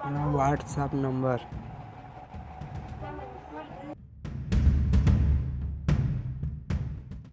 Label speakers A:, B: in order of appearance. A: अपना WhatsApp number